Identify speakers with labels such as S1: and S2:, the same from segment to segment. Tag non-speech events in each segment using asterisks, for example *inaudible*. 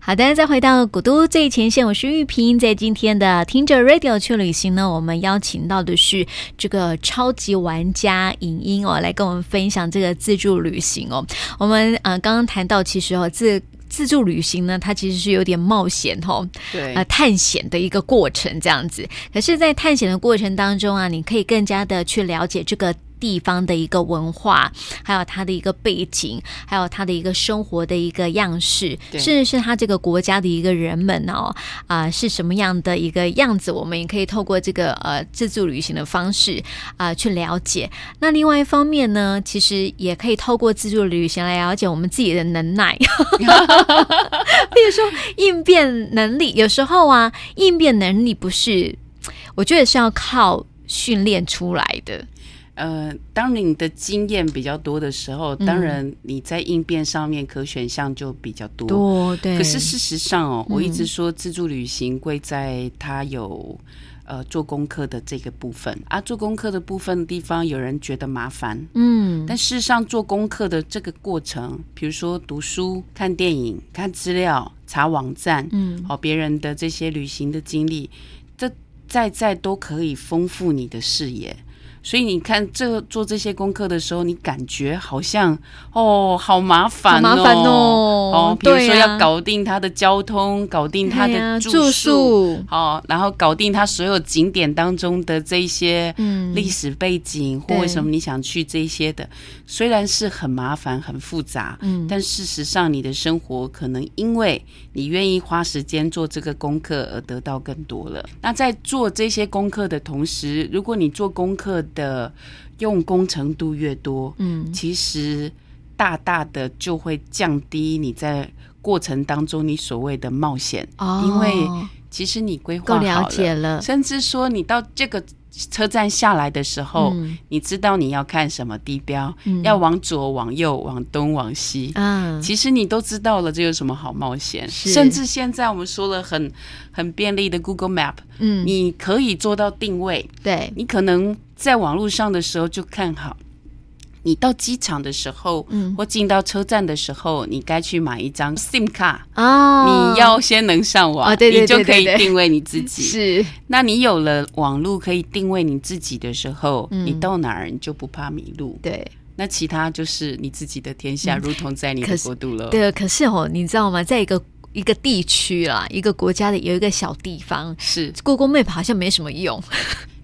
S1: 好的，再回到古都最前线，我是玉萍。在今天的听着 Radio 去旅行呢，我们邀请到的是这个超级玩家影音哦，来跟我们分享这个自助旅行哦。我们呃刚刚谈到，其实哦自自助旅行呢，它其实是有点冒险哦，
S2: 对
S1: 呃探险的一个过程这样子。可是，在探险的过程当中啊，你可以更加的去了解这个。地方的一个文化，还有它的一个背景，还有它的一个生活的一个样式，
S2: 对
S1: 甚至是它这个国家的一个人们哦，啊、是什么样的一个样子，我们也可以透过这个呃自助旅行的方式啊、去了解。那另外一方面呢，其实也可以透过自助旅行来了解我们自己的能耐， *laughs* 比如说应变能力。有时候啊，应变能力不是，我觉得是要靠训练出来的。
S2: 呃，当你的经验比较多的时候，
S1: 嗯
S2: 当然你在应变上面可选项就比较多。
S1: 多对
S2: 可是事实上哦，我一直
S1: 嗯
S2: 说自助旅行贵在它有。呃，做功课的这个部分啊，做功课的部分地方，有人觉得麻烦，
S1: 嗯，
S2: 但事实上做功课的这个过程，比如说读书、看电影、看资料、查网站，
S1: 嗯，
S2: 哦，别人的这些旅行的经历，这在在都可以丰富你的视野。所以你看，这做这些功课的时候，你感觉好像哦，好麻烦、哦，
S1: 好麻烦哦
S2: 比如
S1: 对
S2: 说
S1: 啊
S2: 要搞定他的交通，搞定他
S1: 对啊
S2: 的
S1: 住
S2: 宿，
S1: 宿，
S2: 好、然后搞定他所有景点当中的这一些
S1: 嗯，
S2: 历史背景或
S1: 对
S2: 为什么你想去这些的，虽然是很麻烦、很复杂，
S1: 嗯
S2: 但事实上你的生活可能因为你愿意花时间做这个功课而得到更多了。那在做这些功课的同时，如果你做功课的用功程度越多，
S1: 嗯，
S2: 其实大大的就会降低你在过程当中你所谓的冒险。
S1: 哦，
S2: 因为其实你规
S1: 够
S2: 划好
S1: 了
S2: 了，
S1: 解了，
S2: 甚至说你到这个车站下来的时候，
S1: 嗯
S2: 你知道你要看什么地标，
S1: 嗯
S2: 要往左、往右、往东、往西。
S1: 啊，
S2: 其实你都知道了，这有什么好冒险？
S1: 是
S2: 甚至现在我们说了很很便利的 Google Map，、
S1: 嗯，
S2: 你可以做到定位。
S1: 对，
S2: 你可能在网络上的时候就看好，你到机场的时候，
S1: 嗯
S2: 或进到车站的时候，你该去买一张 SIM 卡，
S1: 哦，
S2: 你要先能上网，
S1: 哦对对
S2: 你就
S1: 对
S2: 可
S1: 对
S2: 以
S1: 对
S2: 定位你自己。
S1: 是
S2: 那你有了网络可以定位你自己的时候，
S1: 嗯
S2: 你到哪儿你就不怕迷路。
S1: 对。嗯
S2: 那其他就是你自己的天下，如同在你
S1: 可
S2: 的
S1: 是
S2: 国度了。
S1: 对，可是哦，你知道吗？在一个一个地区啦，一个国家的有一个小地方
S2: 是
S1: ，Google Map 好像没什么用。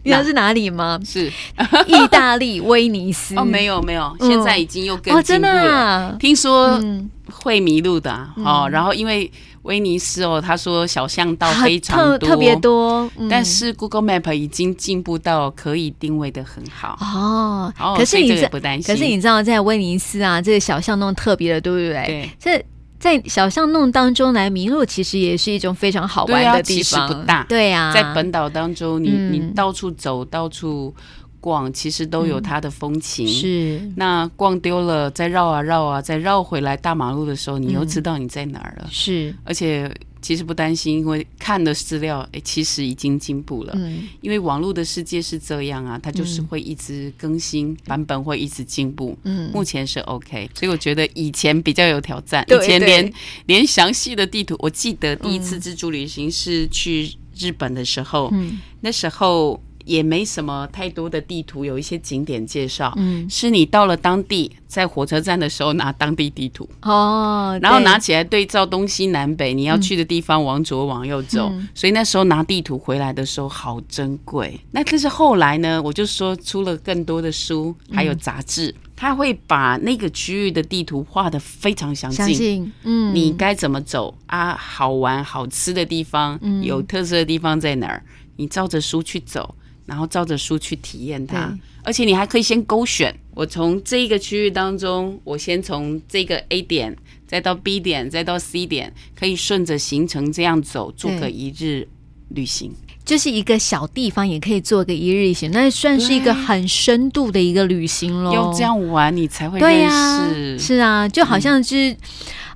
S1: 你知道是哪里
S2: *laughs*
S1: 吗？
S2: 是
S1: 意大利威尼斯。
S2: 哦，没有没有，现在已经又
S1: 哦，
S2: 更进
S1: 真
S2: 步
S1: 的、
S2: 了。
S1: 啊。
S2: 听说
S1: 嗯，
S2: 会迷路的啊、哦，然后因为威尼斯哦，他说小巷道非常
S1: 啊特
S2: 多，
S1: 特别多，嗯
S2: 但是 Google Map 已经进步到可以定位的很好。
S1: 哦，
S2: 哦，
S1: 可
S2: 所
S1: 是
S2: 以
S1: 你
S2: 这个
S1: 知
S2: 也，不担心。
S1: 可是你知道在威尼斯啊，这个小巷弄特别的，对不对？
S2: 对
S1: 这在小巷弄当中来迷路，其实也是一种非常好玩
S2: 对啊
S1: 的地
S2: 其实
S1: 方，
S2: 不大
S1: 对啊，
S2: 在本岛当中，你、
S1: 嗯
S2: 你到处走，到处逛，其实都有它的风情。
S1: 是
S2: 那逛丢了，再绕啊绕啊，再绕回来大马路的时候，你又
S1: 嗯
S2: 知道你在哪儿了，
S1: 是，
S2: 而且。其实不担心，因为看的资料，哎，其实已经进步了。
S1: 嗯，
S2: 因为网络的世界是这样啊，它就是会一直更新，版本会一直进步。
S1: 嗯
S2: 目前是 OK，所以我觉得以前比较有挑战。
S1: 对
S2: 以前
S1: 对
S2: 连连详细的地图，我记得第一次自助旅行是去日本的时候，
S1: 嗯
S2: 那时候也没什么太多的地图，有一些景点介绍。
S1: 嗯，
S2: 是你到了当地，在火车站的时候拿当地地图，
S1: 哦，
S2: 然后
S1: 对
S2: 拿起来对照东西南北，你要去的地方往左往右走。所以那时候拿地图回来的时候好珍贵。那但是后来呢，我就说出了更多的书，还有杂志，他会把那个区域的地图画得非常详
S1: 相
S2: 尽。
S1: 信，嗯，
S2: 你该怎么走啊？好玩、好吃的地方，
S1: 嗯
S2: 有特色的地方在哪儿？你照着书去走，然后照着书去体验它
S1: 对，
S2: 而且你还可以先勾选。我从这一个区域当中，我先从这个 A 点，再到 B 点，再到 C 点，可以顺着行程这样走，做个
S1: 对
S2: 一日旅行。
S1: 就是一个小地方也可以做个一日行，那算是一个
S2: 对
S1: 很深度的一个旅行喽。
S2: 要这样玩，你才会
S1: 哦对
S2: 认
S1: 呀、
S2: 识。嗯
S1: 是啊，就好像是、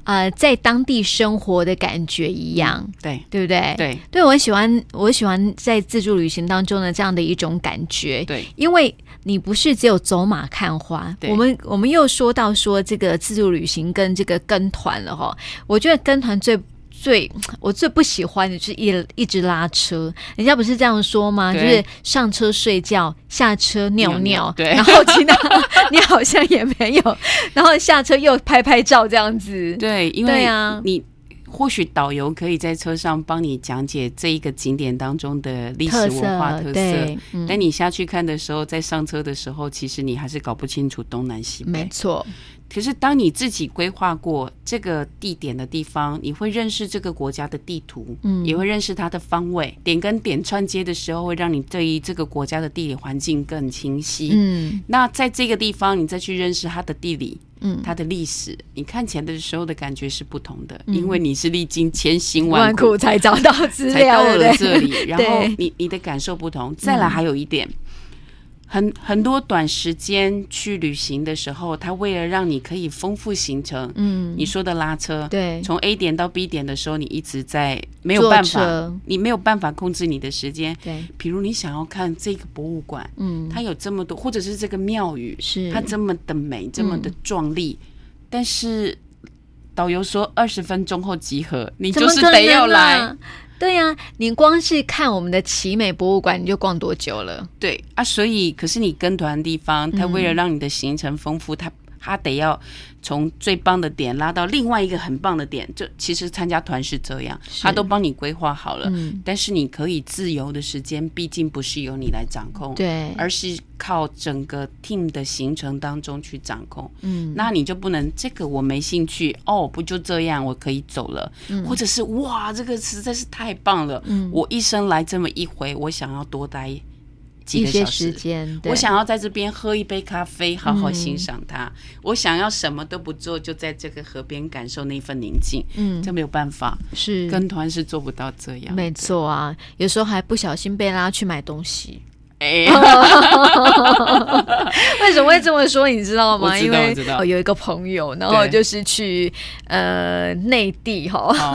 S1: 呃在当地生活的感觉一样，
S2: 对
S1: 对不对？，
S2: 对
S1: 对我喜欢，我喜欢在自助旅行当中的这样的一种感觉。
S2: 对，
S1: 因为你不是只有走马看花，
S2: 对
S1: 我们我们又说到说这个自助旅行跟这个跟团了哈，我觉得跟团最最我最不喜欢的就是一一直拉车，人家不是这样说吗？就
S2: 对
S1: 是上车睡觉，下车尿
S2: 尿尿对
S1: 然后其他 *laughs* 你好像也没有，然后下车又拍拍照这样子。
S2: 对，因
S1: 对
S2: 为
S1: 啊
S2: 你或许导游可以在车上帮你讲解这一个景点当中的历史
S1: 特
S2: 文化
S1: 色
S2: 特色。
S1: 对，嗯，
S2: 但你下去看的时候，在上车的时候，其实你还是搞不清楚东南西
S1: 没
S2: 北。
S1: 错，
S2: 可是当你自己规划过这个地点的地方，你会认识这个国家的地图，
S1: 嗯
S2: 也会认识它的方位，点跟点串接的时候，会让你对于这个国家的地理环境更清晰。
S1: 嗯
S2: 那在这个地方，你再去认识它的地理，
S1: 嗯，
S2: 它的历史，你看起来的时候的感觉是不同的，
S1: 嗯
S2: 因为你是历经千辛
S1: 万
S2: 万
S1: 苦
S2: 苦
S1: 才找到资
S2: 才
S1: 料，
S2: 到
S1: 对不
S2: 了
S1: 对
S2: 这里，然后
S1: 对嗯
S2: 你你的感受不同。再来还有一点，很很多短时间去旅行的时候，它为了让你可以丰富行程，
S1: 嗯，
S2: 你说的拉车，
S1: 对，
S2: 从 A 点到 B 点的时候，你一直在没有
S1: 坐
S2: 办法
S1: 车，
S2: 你没有办法控制你的时间。
S1: 对，
S2: 比如你想要看这个博物馆，
S1: 嗯，
S2: 它有这么多，或者是这个庙宇，
S1: 是
S2: 它这么的美，这么的
S1: 嗯
S2: 壮丽，但是导游说二十分钟后集合，你
S1: 怎
S2: 就
S1: 么
S2: 是
S1: 可
S2: 得要
S1: 能
S2: 来。
S1: 啊对呀、你光是看我们的奇美博物馆，你就逛多久了？
S2: 对啊，所以可是你跟团的地
S1: 嗯
S2: 方，它为了让你的行程丰富，它它得要从最棒的点拉到另外一个很棒的点。就其实参加团是这样，
S1: 是
S2: 它都帮你规划好了，
S1: 嗯
S2: 但是你可以自由的时间，毕竟不是由你来掌控。
S1: 对，
S2: 而是靠整个 team 的行程当中去掌控，
S1: 嗯，
S2: 那你就不能这个我没兴趣哦，不就这样，我可以走了，或者是哇，这个实在是太棒了，
S1: 嗯
S2: 我一生来这么一回，我想要多待几
S1: 一
S2: 个
S1: 些
S2: 小
S1: 时
S2: 时。
S1: 间，对
S2: 我想要在这边喝一杯咖啡，好好欣赏它。
S1: 嗯
S2: 我想要什么都不做，就在这个河边感受那份宁静。
S1: 嗯
S2: 这没有办法，
S1: 是
S2: 跟团是做不到这样。
S1: 没错啊，有时候还不小心被拉去买东
S2: *laughs*
S1: 西。 *laughs*
S2: 哎，
S1: 为什么会这么说？你知道吗？
S2: 我知道
S1: 因为
S2: 我知道
S1: 哦有一个朋友，然后
S2: 对
S1: 就是去呃内地哈、
S2: 哦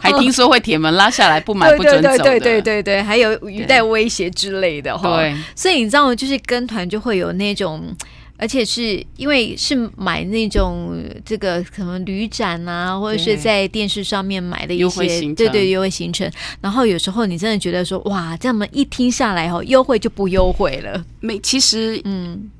S2: 还听说会铁门拉下来，不 *laughs* 买
S1: 对
S2: 不准
S1: 对
S2: 走
S1: 对对
S2: 的。
S1: 对对对，还有语带威胁之类的哈。
S2: 对
S1: 所以你知道，就是跟团就会有那种。而且是因为是买那种这个可能旅展啊，或者是
S2: 对
S1: 在电视上面买的一
S2: 优惠
S1: 些
S2: 行，程
S1: 对对优惠行程。然后有时候你真的觉得说，哇，这么一听下来哦，优惠就不优惠了，
S2: 没，其实
S1: 嗯，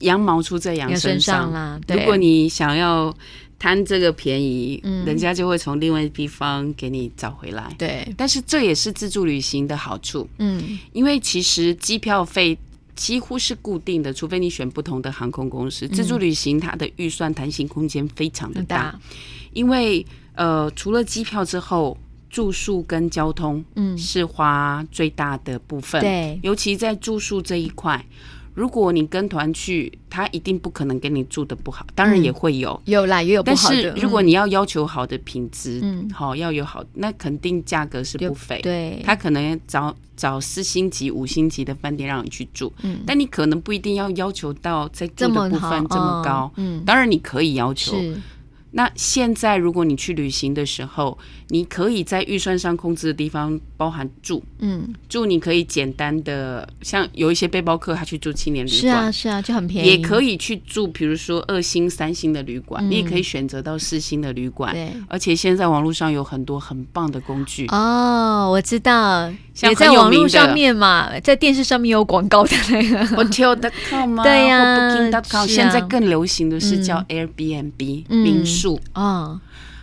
S2: 羊毛出在羊
S1: 要
S2: 身
S1: 身
S2: 上
S1: 上。啦。
S2: 如
S1: 对
S2: 果你想要贪这个便宜，
S1: 嗯
S2: 人家就会从另外一地方给你找回来。
S1: 对，
S2: 但是这也是自助旅行的好处。
S1: 嗯
S2: 因为其实机票费几乎是固定的，除非你选不同的航空公司。自助旅行它的预算弹性空间非常
S1: 嗯
S2: 的
S1: 很
S2: 大，
S1: 大，
S2: 因为呃，除了机票之后，住宿跟交通
S1: 嗯，
S2: 是花最大的部分。，
S1: 对，
S2: 尤其在住宿这一块，如果你跟团去，他一定不可能给你住的不好，当然也会有。
S1: 有啦，也有嗯不
S2: 但
S1: 好
S2: 是
S1: 的。
S2: 如果你要要求好的品质，
S1: 嗯
S2: 好、要有好，那肯定价格是
S1: 对
S2: 不菲
S1: 嗯。对，
S2: 他可能找找四星级、五星级的饭店让你去住，
S1: 嗯
S2: 但你可能不一定要要求到在住
S1: 这么
S2: 的部
S1: 好
S2: 分这么高。，
S1: 嗯，嗯
S2: 当然你可以要求。
S1: 是，
S2: 那现在如果你去旅行的时候，你可以在预算上控制的地方包含住，
S1: 嗯，
S2: 住你可以简单的，像有一些背包客他去住青年旅
S1: 是啊
S2: 馆。
S1: 是啊，就很便宜，
S2: 也可以去住，比如说二星、三星的旅馆，
S1: 嗯
S2: 你也可以选择到四星的旅馆。
S1: 对。
S2: 而且现在网络上有很多很棒的工
S1: *laughs*
S2: 具，
S1: 哦，我知道，
S2: 像
S1: 也在
S2: 很有
S1: 网络
S2: 名的
S1: 上面嘛，在电视上面有广告的那
S2: *laughs*
S1: 个，
S2: Hotel.com 啊，
S1: 对呀
S2: 或 Booking.com，、
S1: 是啊
S2: 现在更流行的是叫 Airbnb、
S1: 嗯
S2: 民宿。
S1: 哦，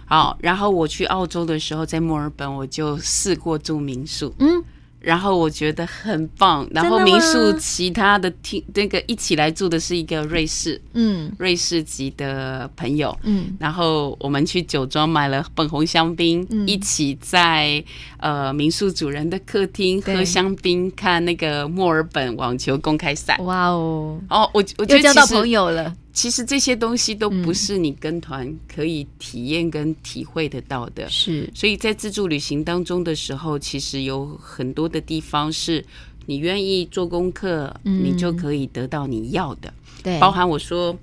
S2: 好，然后我去澳洲的时候，在墨尔本我就试过住民宿，
S1: 嗯，
S2: 然后我觉得很棒。然后
S1: 真的吗
S2: 民宿其他的听那个一起来住的是一个瑞士
S1: 嗯
S2: 瑞士籍的朋友。
S1: 嗯，
S2: 然后我们去酒庄买了粉红香槟，
S1: 嗯
S2: 一起在呃民宿主人的客厅
S1: 对
S2: 喝香槟，看那个墨尔本网球公开赛。
S1: 哇哦，
S2: 哦，我我觉
S1: 又交
S2: 得
S1: 到
S2: 其实
S1: 朋友了，
S2: 其实这些东西都不是你跟团可以体验跟体会得到的。
S1: 是，
S2: 所以在自助旅行当中的时候，其实有很多的地方是你愿意做功课，
S1: 嗯
S2: 你就可以得到你要的。
S1: 对，
S2: 包含我说，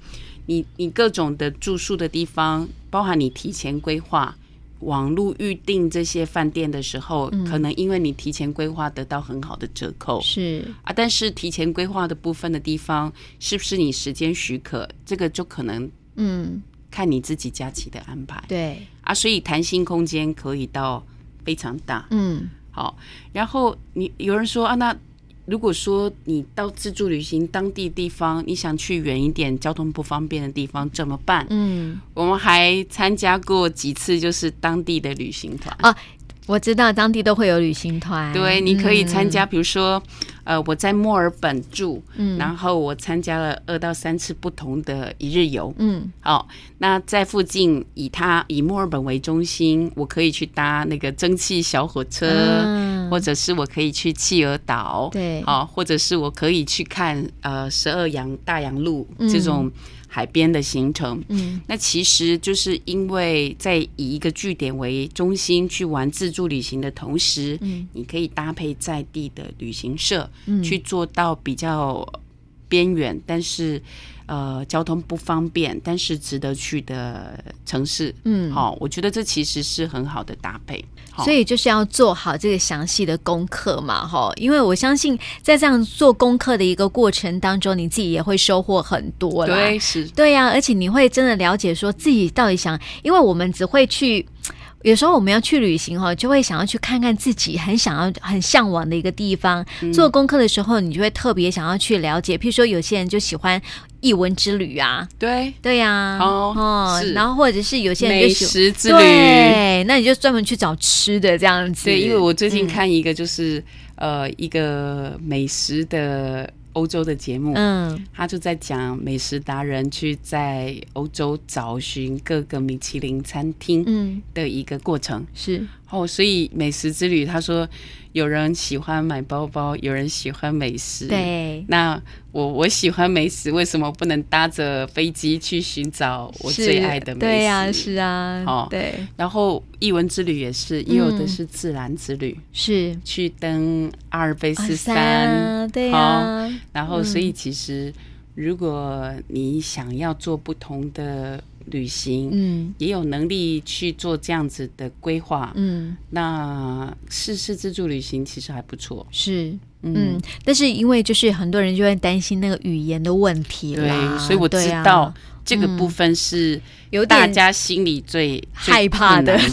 S2: 你你各种的住宿的地方，包含你提前规划。网络预订这些饭店的时候，可能因为你提前规划得到很好的折扣，
S1: 是，
S2: 啊，但是提前规划的部分的地方，是不是你时间许可，这个就可能
S1: 嗯，
S2: 看你自己假期的安排
S1: 对，
S2: 啊，所以弹性空间可以到非常大。
S1: 嗯
S2: 好，然后你有人说啊，那如果说你到自助旅行当地地方，你想去远一点、交通不方便的地方怎么办？
S1: 嗯，
S2: 我们还参加过几次就是当地的旅行团。
S1: 哦我知道当地都会有旅行团，
S2: 对，你可以参
S1: 嗯
S2: 加，比如说，呃，我在墨尔本住，
S1: 嗯
S2: 然后我参加了二到三次不同的一日游。
S1: 嗯
S2: 哦，那在附近以它以墨尔本为中心，我可以去搭那个蒸汽小火车，
S1: 嗯
S2: 或者是呃我可以去企鹅岛，
S1: 对
S2: 哦，或者是我可以去看呃十二洋大洋路
S1: 嗯
S2: 这种海边的行程。
S1: 嗯
S2: 那其实就是因为在以一个据点为中心去玩自助旅行的同时，
S1: 嗯
S2: 你可以搭配在地的旅行社，
S1: 嗯
S2: 去做到比较边缘，但是呃交通不方便，但是值得去的城市。
S1: 嗯，
S2: 好、我觉得这其实是很好的搭配。好
S1: 所以就是要做好这个详细的功课嘛，哈，因为我相信在这样做功课的一个过程当中，你自己也会收获很多啦。
S2: 对是，
S1: 对呀、而且你会真的了解说自己到底想，因为我们只会去。有时候我们要去旅行哈，就会想要去看看自己很想要、很向往的一个地方。
S2: 嗯
S1: 做功课的时候，你就会特别想要去了解。譬如说，有些人就喜欢异文之旅啊，
S2: 对
S1: 对呀、
S2: 哦是
S1: 然后或者是有些人就
S2: 美
S1: 喜
S2: 食之旅。
S1: 对，那你就专门去找吃的这样子。
S2: 对，因为我最
S1: 嗯
S2: 近看一个就是、呃一个美食的欧洲的节目，
S1: 嗯
S2: 他就在讲美食达人去在欧洲找寻各个米其林餐厅
S1: 嗯
S2: 的一个过程。
S1: 是
S2: 哦，所以美食之旅，他说有人喜欢买包包，有人喜欢美食。，
S1: 对
S2: 那我我喜欢美食，为什么不能搭着飞机去寻找我
S1: 是
S2: 最爱的美食？
S1: 对呀、是啊，
S2: 哦
S1: 对
S2: 然后译文之旅也是，也有的是自然之旅，
S1: 是
S2: 去登阿尔卑斯
S1: 三
S2: 山。
S1: 啊对呀、
S2: 好然后，所
S1: 嗯
S2: 以其实如果你想要做不同的旅行，
S1: 嗯
S2: 也有能力去做这样子的规划，
S1: 嗯
S2: 那试试自助旅行其实还不错。
S1: 是。嗯，但是因为就是很多人就会担心那个语言的问题
S2: 对
S1: 啦，，
S2: 所以我
S1: 对
S2: 知
S1: 啊嗯
S2: 道这个部分是
S1: 有
S2: 大
S1: 点
S2: 家心里最最
S1: 害怕的
S2: 困难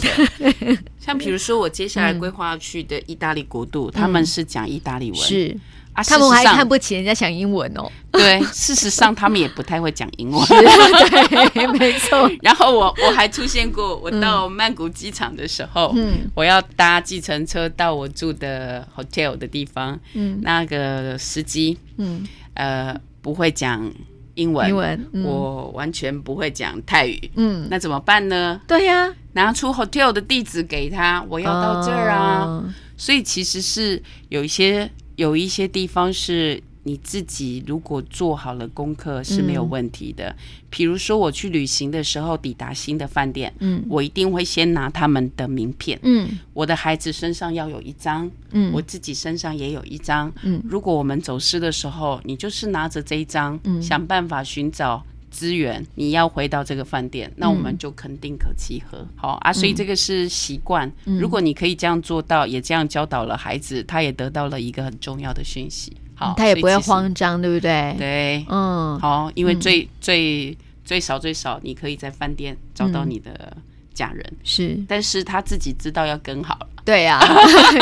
S2: 的。 *laughs* 像比如说，我接下来规划要去的意大利国度，他们是讲意大利文，
S1: 嗯是，
S2: 啊，
S1: 他们还
S2: 事实上
S1: 看不起人家讲英文哦， *laughs*
S2: 对，事实上他们也不太会讲英文。
S1: 对，没错，
S2: 然后我我还出现过，我到曼谷机场的时候，
S1: 嗯
S2: 我要搭计程车到我住的 hotel 的地方，
S1: 嗯
S2: 那个司机
S1: 嗯，
S2: 呃不会讲英文，
S1: 英文，嗯
S2: 我完全不会讲泰语，
S1: 嗯，
S2: 那怎么办呢？
S1: 对呀，
S2: 拿出 hotel 的地址给他，我要到这儿啊。
S1: 哦，
S2: 所以其实是有一些有一些地方是你自己如果做好了功课是没有
S1: 嗯
S2: 问题的。比如说我去旅行的时候，抵达新的饭店，
S1: 嗯
S2: 我一定会先拿他们的名片。
S1: 嗯
S2: 我的孩子身上要有一张，
S1: 嗯，
S2: 我自己身上也有一张。
S1: 嗯
S2: 如果我们走失的时候，你就是拿着这一张，
S1: 嗯
S2: 想办法寻找。资源，你要回到这个饭
S1: 嗯
S2: 店，那我们就肯定可契合。好啊，所以这个是习惯。
S1: 嗯
S2: 如果你可以这样做到，也这样教导了孩子，他也得到了一个很重要的讯息。好，
S1: 嗯他也
S2: 所以
S1: 不会
S2: 其实。
S1: 慌张，对不对？
S2: 对，
S1: 嗯，
S2: 好，因为最、最最少最少，你可以在饭店找
S1: 嗯
S2: 到你的家人，
S1: 是
S2: 但是他自己知道要跟好了。
S1: 对
S2: *laughs*
S1: 呀、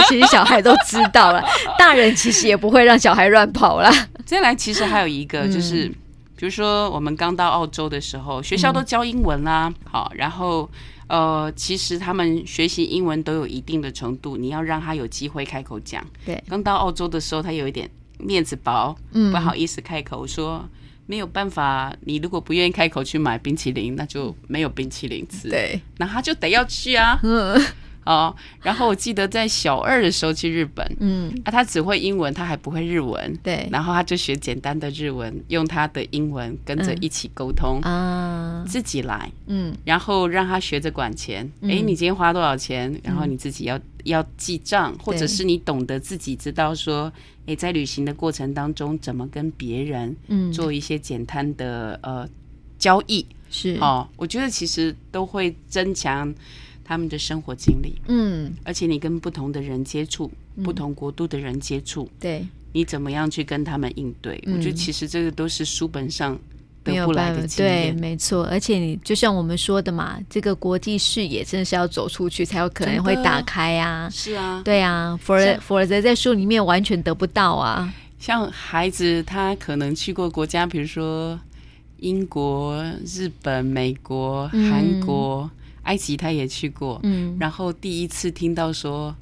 S1: 其实小孩都知道了，大人其实也不会让小孩乱跑啦。
S2: 再来，其实还有一
S1: 嗯
S2: 个就是，比如说我们刚到澳洲的时候，学校都教英文啦，好，然后呃，其实他们学习英文都有一定的程度，你要让他有机会开口讲。
S1: 对，
S2: 刚到澳洲的时候，他有一点面子薄，
S1: 嗯
S2: 不好意思开口说。没有办法，你如果不愿意开口去买冰淇淋，那就没有冰淇淋吃。， *laughs*
S1: 对，
S2: 那他就得要去啊。
S1: 嗯
S2: 哦，然后我记得在小二的时候去日本，
S1: 嗯，
S2: 啊，他只会英文，他还不会日文。
S1: 对
S2: 然后他就学简单的日文，用他的英文跟着一起沟通，
S1: 啊，
S2: 自己来，
S1: 嗯
S2: 然后让他学着管钱。
S1: 嗯
S2: 诶，你今天花多少钱？然后你自己要、要记账，或者
S1: 对
S2: 是你懂得自己知道说，诶，在旅行的过程当中怎么跟别人
S1: 嗯，
S2: 做一些简单的、呃交易。
S1: 是，
S2: 哦，我觉得其实都会增强他们的生活经历，
S1: 嗯，
S2: 而且你跟不同的人接触，不同国度的人接触。
S1: 对，
S2: 你怎么样去跟他们应对？我觉得
S1: 嗯
S2: 其实这个都是书本上
S1: 没
S2: 得
S1: 有
S2: 不来
S1: 办
S2: 的
S1: 法，
S2: 经
S1: 对，
S2: 验。
S1: 没错。而且你就像我们说的嘛，这个国际视野真的是要走出去才有可能
S2: 真的
S1: 会打开啊。
S2: 是啊，
S1: 对啊，否则
S2: 像
S1: 否则在书里面完全得不到啊。
S2: 像孩子他可能去过国家，比如说英国、日本、美国、
S1: 嗯
S2: 韩国、埃及，他也去过。
S1: 嗯，
S2: 然后第一次听到说，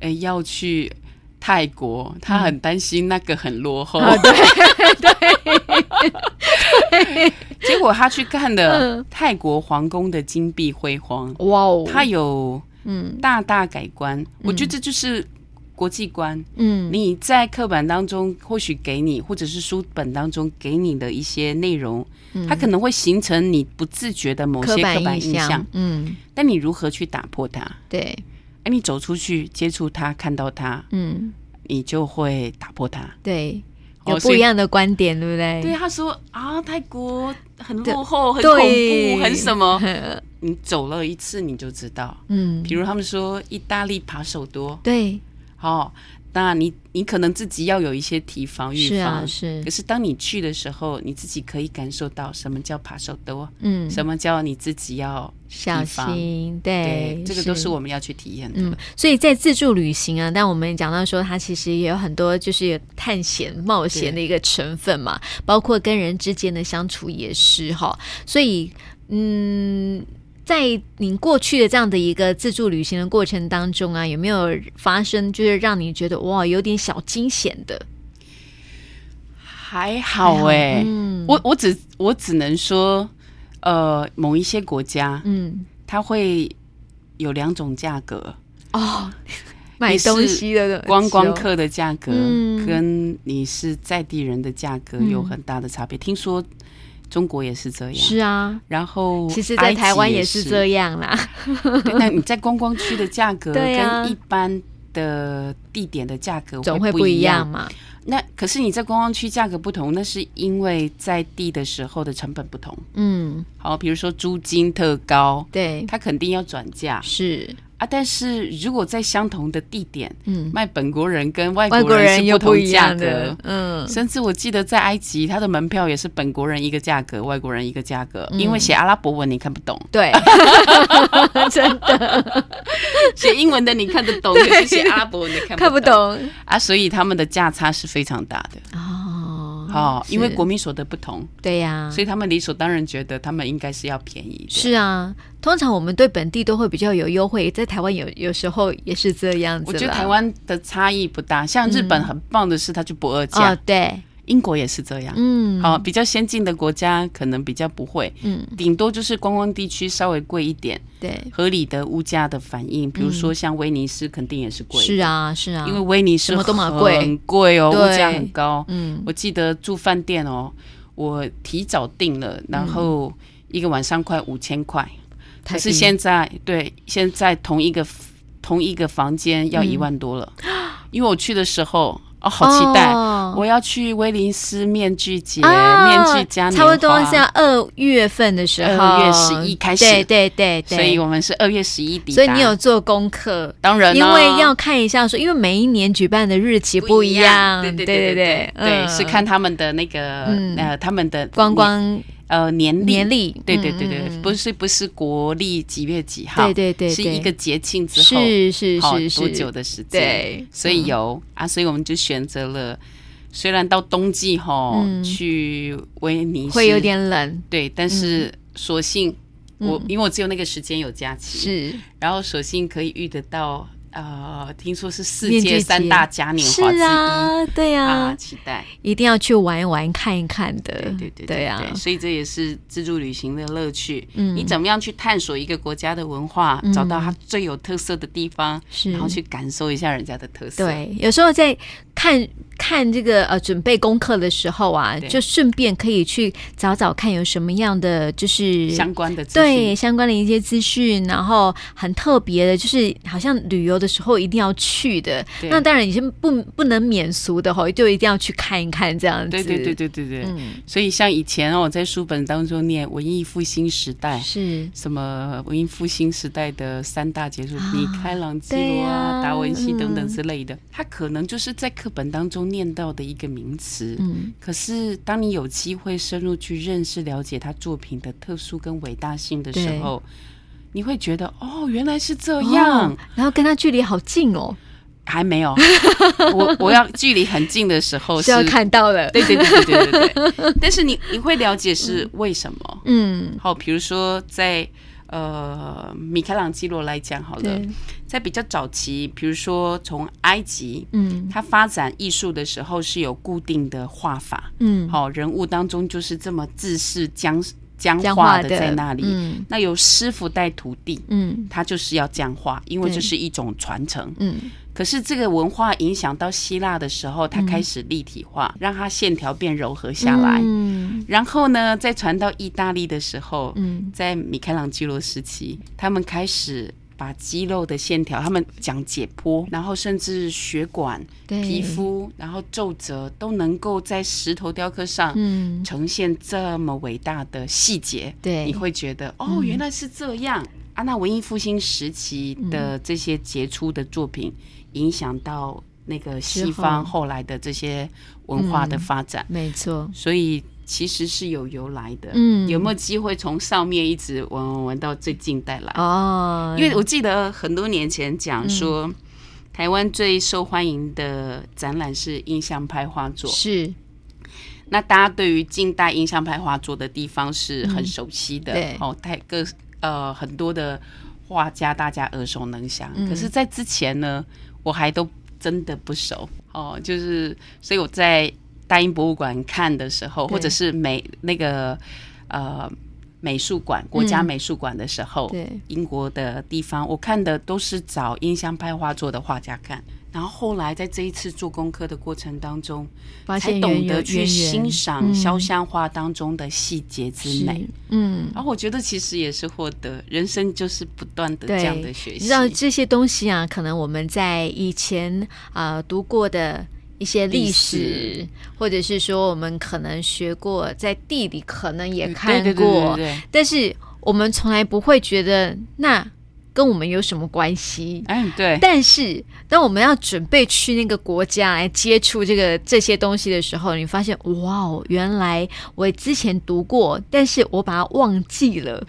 S2: 哎，要去泰国，他很担心那个很落后。
S1: 哦
S2: *laughs* 对对。结果他去看了
S1: 嗯
S2: 泰国皇宫的金碧辉煌，
S1: 哇哦，
S2: 他有
S1: 嗯
S2: 大大改观。我觉得这就是国际观。
S1: 嗯
S2: 你在课本当中或许给你，或者是书本当中给你的一些内容，它可能会形成你不自觉的某些
S1: 嗯刻
S2: 刻
S1: 板
S2: 板印象
S1: 象，，嗯，
S2: 但你如何去打破它？
S1: 对，
S2: 哎，你走出去接触它，看到它，
S1: 嗯
S2: 你就会打破它。
S1: 对，
S2: 哦
S1: 有不
S2: 所以
S1: 一样的观点，对不对？
S2: 对，他说啊，泰国很
S1: 对
S2: 落后，很恐
S1: 对
S2: 怖，很什么？你走了一次你就知道。
S1: 嗯，
S2: 比如他们说意大利扒手多，
S1: 对，
S2: 哦，那你你可能自己要有一些提防预
S1: 是啊，
S2: 防，
S1: 是
S2: 可，是当你去的时候，你自己可以感受到什么叫扒手多，
S1: 嗯，
S2: 什么叫你自己要
S1: 小
S2: 提防
S1: 心，对，
S2: 这个都是我们要去体验的。
S1: 哎嗯，所以在自助旅行啊，但我们讲到说，它其实也有很多就是有探险、冒险的一个成分嘛，包括跟人之间的相处也是哈。所以，嗯，在您过去的这样的一个自助旅行的过程当中啊，有没有发生就是让你觉得哇有点小惊险的？
S2: 还好哎、
S1: 嗯
S2: 我我只我只能说，呃，某一些国家
S1: 嗯
S2: 它会有两种价格， *laughs*
S1: 哦，买东西的
S2: 观光客的价格
S1: 哦嗯
S2: 跟你是在地人的价格
S1: 嗯
S2: 有很大的差别。听说中国也是这样，
S1: 是啊，
S2: 然后
S1: 其实，
S2: 埃
S1: 在
S2: 及
S1: 台湾也
S2: 也
S1: 是这样 *laughs* 啦。
S2: *laughs* 对那你在观光区的价
S1: *laughs*
S2: 格
S1: 对啊
S2: 跟一般的地点的价格
S1: 总
S2: 会
S1: 会不一
S2: 一
S1: 样。嘛，
S2: 那可是你在观光区价格不同，那是因为在地的时候的成本不同。
S1: 嗯，
S2: 好，比如说租金特高，
S1: 对，
S2: 它肯定要转价
S1: 是，
S2: 啊。但是如果在相同的地点
S1: 嗯，
S2: 卖本国人跟外
S1: 外
S2: 国
S1: 国人
S2: 是
S1: 又
S2: 同
S1: 一
S2: 价
S1: 样
S2: 格
S1: 的，。嗯，
S2: 甚至我记得在埃及，它的门票也是本国人一个价格，外国人一个价格，
S1: 嗯
S2: 因为写阿拉伯文你看不懂， *laughs*
S1: 对， *laughs* 真的
S2: 写英文的你看得懂，可是写阿拉伯文你看
S1: 看不懂
S2: 啊，所以他们的价差是非常大的
S1: 哦
S2: 哦，因为
S1: 是
S2: 国民所得不同，
S1: 对呀、
S2: 所以他们理所当然觉得他们应该是要便宜的。
S1: 是啊，通常我们对本地都会比较有优惠，在台湾有有时候也是这样子
S2: 我
S1: 啦。
S2: 觉得台湾的差异不大，像日本很棒的是它就不二价，
S1: 哦，对，
S2: 英国也是这样。
S1: 嗯，
S2: 好、比较先进的国家可能比较不会，
S1: 嗯，
S2: 顶多就是观光地区稍微贵一点，
S1: 对，
S2: 合理的物价的反应。比如说像威尼斯，肯定也是贵，
S1: 嗯是啊，是啊，
S2: 因为威尼斯
S1: 什么都蛮贵
S2: 很贵哦，
S1: 对
S2: 物价很高。
S1: 嗯
S2: 我记得住饭店哦，我提早订了，然后一个晚上快五千块，
S1: 嗯太
S2: 可
S1: 低
S2: 是现在对现在同一个同一个房间
S1: 嗯
S2: 要一万多了，因为我去的时候哦，好期待。
S1: 哦
S2: 我要去威尼斯面具节，
S1: 啊
S2: 面具嘉年
S1: 差
S2: 华，
S1: 不多是要二月份的时候，
S2: 2月11开始
S1: 对对对对，
S2: 所以我们是二月十一抵达。
S1: 所以你有做功课，
S2: 当然、哦，
S1: 因为要看一下说，因为每一年举办的日期不一样，
S2: 对对
S1: 对
S2: 对对对，
S1: 嗯
S2: 是看他们的那个
S1: 嗯
S2: 呃他们的
S1: 观
S2: 年
S1: 光
S2: 呃年历
S1: 年历，
S2: 对
S1: 嗯
S2: 对对对，
S1: 嗯嗯
S2: 不是不是国历几月几号，
S1: 对对对，
S2: 是
S1: 对
S2: 一个节庆之后，
S1: 是是
S2: 好
S1: 是是
S2: 多久的时间？，
S1: 对，嗯
S2: 所以有、啊，所以我们就选择了，虽然到冬季哈、
S1: 嗯
S2: 去威尼斯
S1: 会有点冷，
S2: 对，但是索性、我
S1: 嗯
S2: 因为我只有那个时间有假期，
S1: 是
S2: 然后索性可以遇得到。呃，听说是世
S1: 面具
S2: 界
S1: 节
S2: 三大嘉年华之一
S1: 是啊，对
S2: 啊
S1: 啊，
S2: 期待。
S1: 一定要去玩一玩看一看的，
S2: 对对对
S1: 对啊
S2: 对，所以这也是自助旅行的乐趣。
S1: 嗯
S2: 你怎么样去探索一个国家的文化，
S1: 嗯
S2: 找到它最有特色的地方，
S1: 是
S2: 然后去感受一下人家的特色。，
S1: 对，有时候在看看这个呃准备功课的时候啊，
S2: 对
S1: 就顺便可以去找找看有什么样的就是
S2: 相关的资讯
S1: 对相关的一些资讯，然后很特别的，就是好像旅游游的时候一定要去的。
S2: 对
S1: 那当然已经不不能免俗的吼，就一定要去看一看这样子。
S2: 对对对对对对。
S1: 嗯，
S2: 所以像以前哦，我在书本当中念文艺复兴时代，
S1: 是
S2: 什么文艺复兴时代的三大杰作，
S1: 啊
S2: 米开朗基罗啊、
S1: 对呀
S2: 达文西等等
S1: 嗯
S2: 之类的，它可能就是在课本当中念到的一个名词。
S1: 嗯
S2: 可是，当你有机会深入去认识、了解他作品的特殊跟伟大性的时候，你会觉得哦，原来是这样。
S1: 哦然后跟他距离好近哦，
S2: 还
S1: *laughs*
S2: 没有，我我要距离很近的时候
S1: 是
S2: 是
S1: 要看到了。
S2: 对对对对对对
S1: *laughs*
S2: 对。但是你你会了解是为什么？
S1: 嗯，
S2: 好，比如说在呃米开朗基罗来讲好了
S1: 对，
S2: 在比较早期，比如说从埃及，
S1: 嗯
S2: 它发展艺术的时候是有固定的画法，
S1: 嗯，
S2: 好、人物当中就是这么自是僵僵
S1: 讲
S2: 化
S1: 话
S2: 的
S1: 的
S2: 在那里。
S1: 嗯
S2: 那由师傅带徒弟，
S1: 嗯
S2: 他就是要僵化，因为
S1: 对
S2: 这是一种传承。
S1: 嗯，
S2: 可是这个文化影响到希腊的时候，它开始立体化，让它线条变柔和下来。
S1: 嗯
S2: 然后呢，再传到意大利的时候，
S1: 嗯
S2: 在米开朗基罗时期，他们开始把肌肉的线条，他们讲解剖，然后甚至血管、
S1: 对
S2: 皮肤，然后皱褶都能够在石头雕刻上
S1: 嗯
S2: 呈现这么伟大的细节，
S1: 对嗯
S2: 你会觉得哦，原来是这样、啊！那文艺复兴时期的这些杰出的作品，影响到那个西方
S1: 之嗯
S2: 后来的这些文化的发展，
S1: 没错，
S2: 所以其实是有由来的。
S1: 嗯
S2: 有没有机会从上面一直玩玩玩到最近代来？
S1: 哦，嗯
S2: 因为我记得很多年前讲说。台湾最受欢迎的展览是印象派画作，
S1: 是
S2: 那大家对于近代印象派画作的地方是很熟悉的，
S1: 嗯对
S2: 哦，太各呃很多的画家大家耳熟能详。
S1: 嗯
S2: 可是，在之前呢，我还都真的不熟哦，就是所以我在大英博物馆看的时候，
S1: 对
S2: 或者是美那个呃美术馆国家美术馆的时候，
S1: 嗯对
S2: 英国的地方，我看的都是找印象派画作的画家看。然后后来在这一次做功课的过程当中，
S1: 发
S2: 才
S1: 现
S2: 懂
S1: 原
S2: 得
S1: 有
S2: 去
S1: 渊
S2: 欣
S1: 源
S2: 赏肖像画当中的细节之美。，哦
S1: 嗯是嗯。
S2: 然后我觉得其实也是获得人生就是不断的
S1: 对
S2: 这样的学
S1: 你
S2: 习
S1: 知。道这些东西啊，可能我们在以前啊、呃读过的一些历史，
S2: 历
S1: 或者是说我们可能学过，在地理可能也
S2: 嗯
S1: 看过，
S2: 对对对对对，
S1: 但是我们从来不会觉得那跟我们有什么关系。
S2: 哎对，
S1: 但是，当我们要准备去那个国家来接触这个这些东西的时候，你发现哇哦，原来我之前读过，但是我把它忘记了。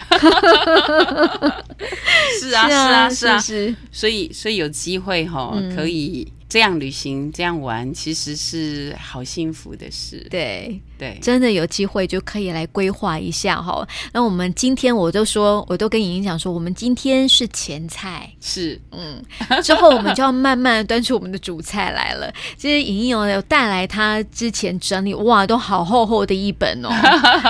S2: 是 *laughs* 啊
S1: *laughs*
S2: 是啊是啊，
S1: 是
S2: 所以所以有机会哈、
S1: 嗯
S2: 可以这样旅行这样玩，其实是好幸福的事。
S1: 对，
S2: 对
S1: 真的有机会就可以来规划一下哈。那我们今天我就说，我都跟莹莹讲说，我们今天是前菜，
S2: 是
S1: 嗯， *laughs* 之后我们就要慢慢地端出我们的主菜来了。其实莹莹有有带来她之前整理哇，都好厚厚的一本哦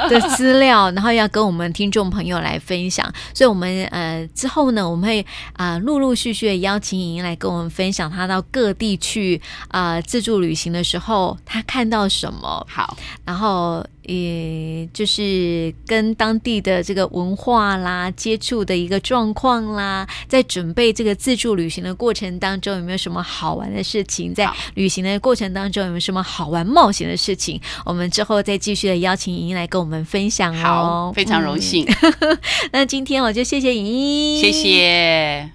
S1: 的资料，然后要跟我们听众朋友来分享。所以，我们呃之后呢，我们会啊、呃陆陆续续的邀请莹莹来跟我们分享她到各地去啊、呃自助旅行的时候，她看到什么，
S2: 好，
S1: 然后也就是跟当地的这个文化啦接触的一个状况啦，在准备这个自助旅行的过程当中，有没有什么好玩的事情？在
S2: 好
S1: 旅行的过程当中，有没有什么好玩冒险的事情？我们之后再继续的邀请莹莹来跟我们分享
S2: 好，
S1: 哦。
S2: 非常荣
S1: 嗯
S2: 幸，
S1: 那今天我就谢谢莹莹，
S2: 谢谢。